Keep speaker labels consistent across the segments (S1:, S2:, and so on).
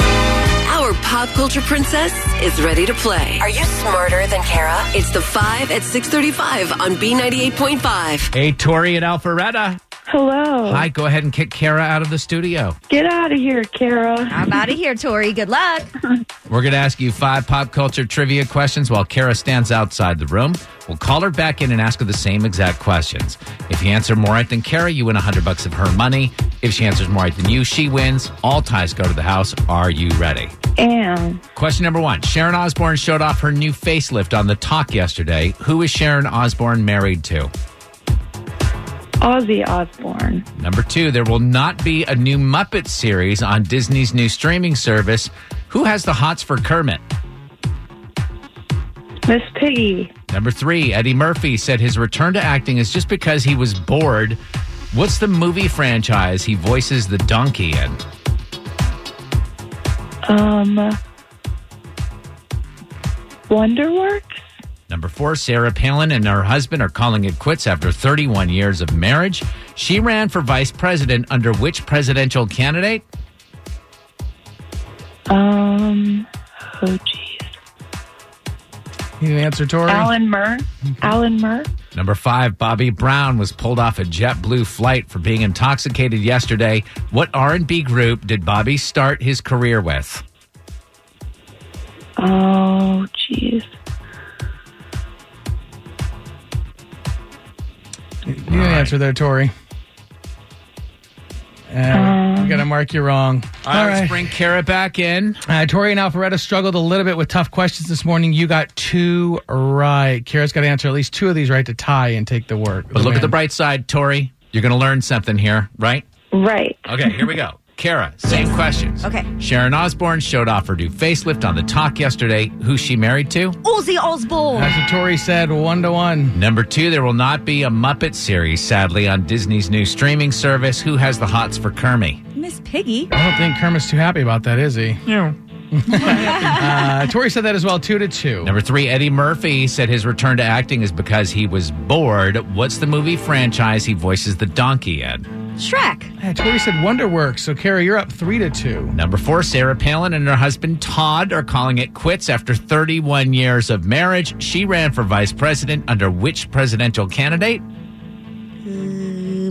S1: Our pop culture princess is ready to play.
S2: Are you smarter than Kara?
S1: It's the 5 at 635 on B98.5.
S3: Hey, Tori and Alpharetta.
S4: Hello.
S3: Hi, go ahead and kick Kara out of the studio.
S4: Get out of here, Kara.
S5: I'm out of here, Tori. Good luck.
S3: We're going to ask you five pop culture trivia questions while Kara stands outside the room. We'll call her back in and ask her the same exact questions. If you answer more right than Kara, you win 100 bucks of her money. If she answers more right than you, she wins. All ties go to the house. Are you ready?
S4: And
S3: Question number one Sharon Osbourne showed off her new facelift on The Talk yesterday. Who is Sharon Osbourne married to?
S4: Ozzy Osbourne.
S3: Number two, there will not be a new Muppet series on Disney's new streaming service. Who has the hots for Kermit?
S4: Miss Piggy.
S3: Number three, Eddie Murphy said his return to acting is just because he was bored. What's the movie franchise he voices the donkey in?
S4: Um. Wonderworks.
S3: Number four, Sarah Palin and her husband are calling it quits after 31 years of marriage. She ran for vice president under which presidential candidate?
S4: Um. Oh jeez.
S6: You answer, Tori.
S4: Alan Murr. Alan Murr.
S3: Number five, Bobby Brown was pulled off a JetBlue flight for being intoxicated yesterday. What R&B group did Bobby start his career with?
S4: Oh jeez.
S6: You answer there, Tori. Uh, I'm gonna mark you wrong. All
S3: Let's
S6: right,
S3: bring Kara back in.
S6: uh, Tori and Alpharetta struggled a little bit with tough questions this morning. You got two right. Kara's got to answer at least two of these right to tie and take the work.
S3: But look at the bright side, Tori. You're going to learn something here, right?
S4: Right.
S3: Okay, here we go. Kara, same questions.
S5: Okay.
S3: Sharon Osbourne showed off her new facelift on the talk yesterday. Who's she married to?
S5: Ozzy Osbourne.
S6: That's what Tori said. One to one.
S3: Number two, there will not be a Muppet series, sadly, on Disney's new streaming service. Who has the hots for Kermit?
S5: Miss Piggy.
S6: I don't think Kermit's too happy about that, is he?
S3: No.
S6: Uh, Tori said that as well. Two to two.
S3: Number three, Eddie Murphy said his return to acting is because he was bored. What's the movie franchise he voices the donkey in?
S5: Shrek.
S6: Uh, Tori said Wonderworks. So Kara, you're up three to two.
S3: Number four, Sarah Palin and her husband Todd are calling it quits after 31 years of marriage. She ran for vice president under which presidential candidate?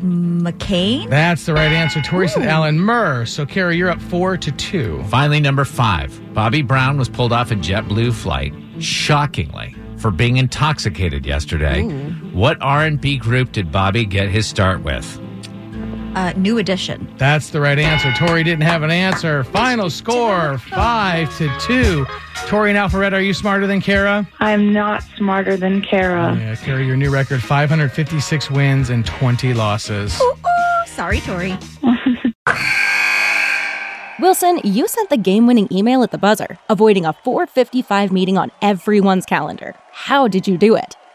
S5: McCain.
S6: That's the right answer. Tori said Alan Murr. So Kara, you're up four to two.
S3: Finally, number five, Bobby Brown was pulled off a JetBlue flight, shockingly, for being intoxicated yesterday. What R&B group did Bobby get his start with?
S5: Uh, new edition.
S6: That's the right answer. Tori didn't have an answer. Final score five to two. Tori and Alpharetta, are you smarter than Kara?
S4: I'm not smarter than Kara.
S6: Yeah, Kara, your new record 556 wins and 20 losses.
S5: Ooh, ooh. Sorry, Tori.
S7: Wilson, you sent the game winning email at the buzzer, avoiding a 455 meeting on everyone's calendar. How did you do it?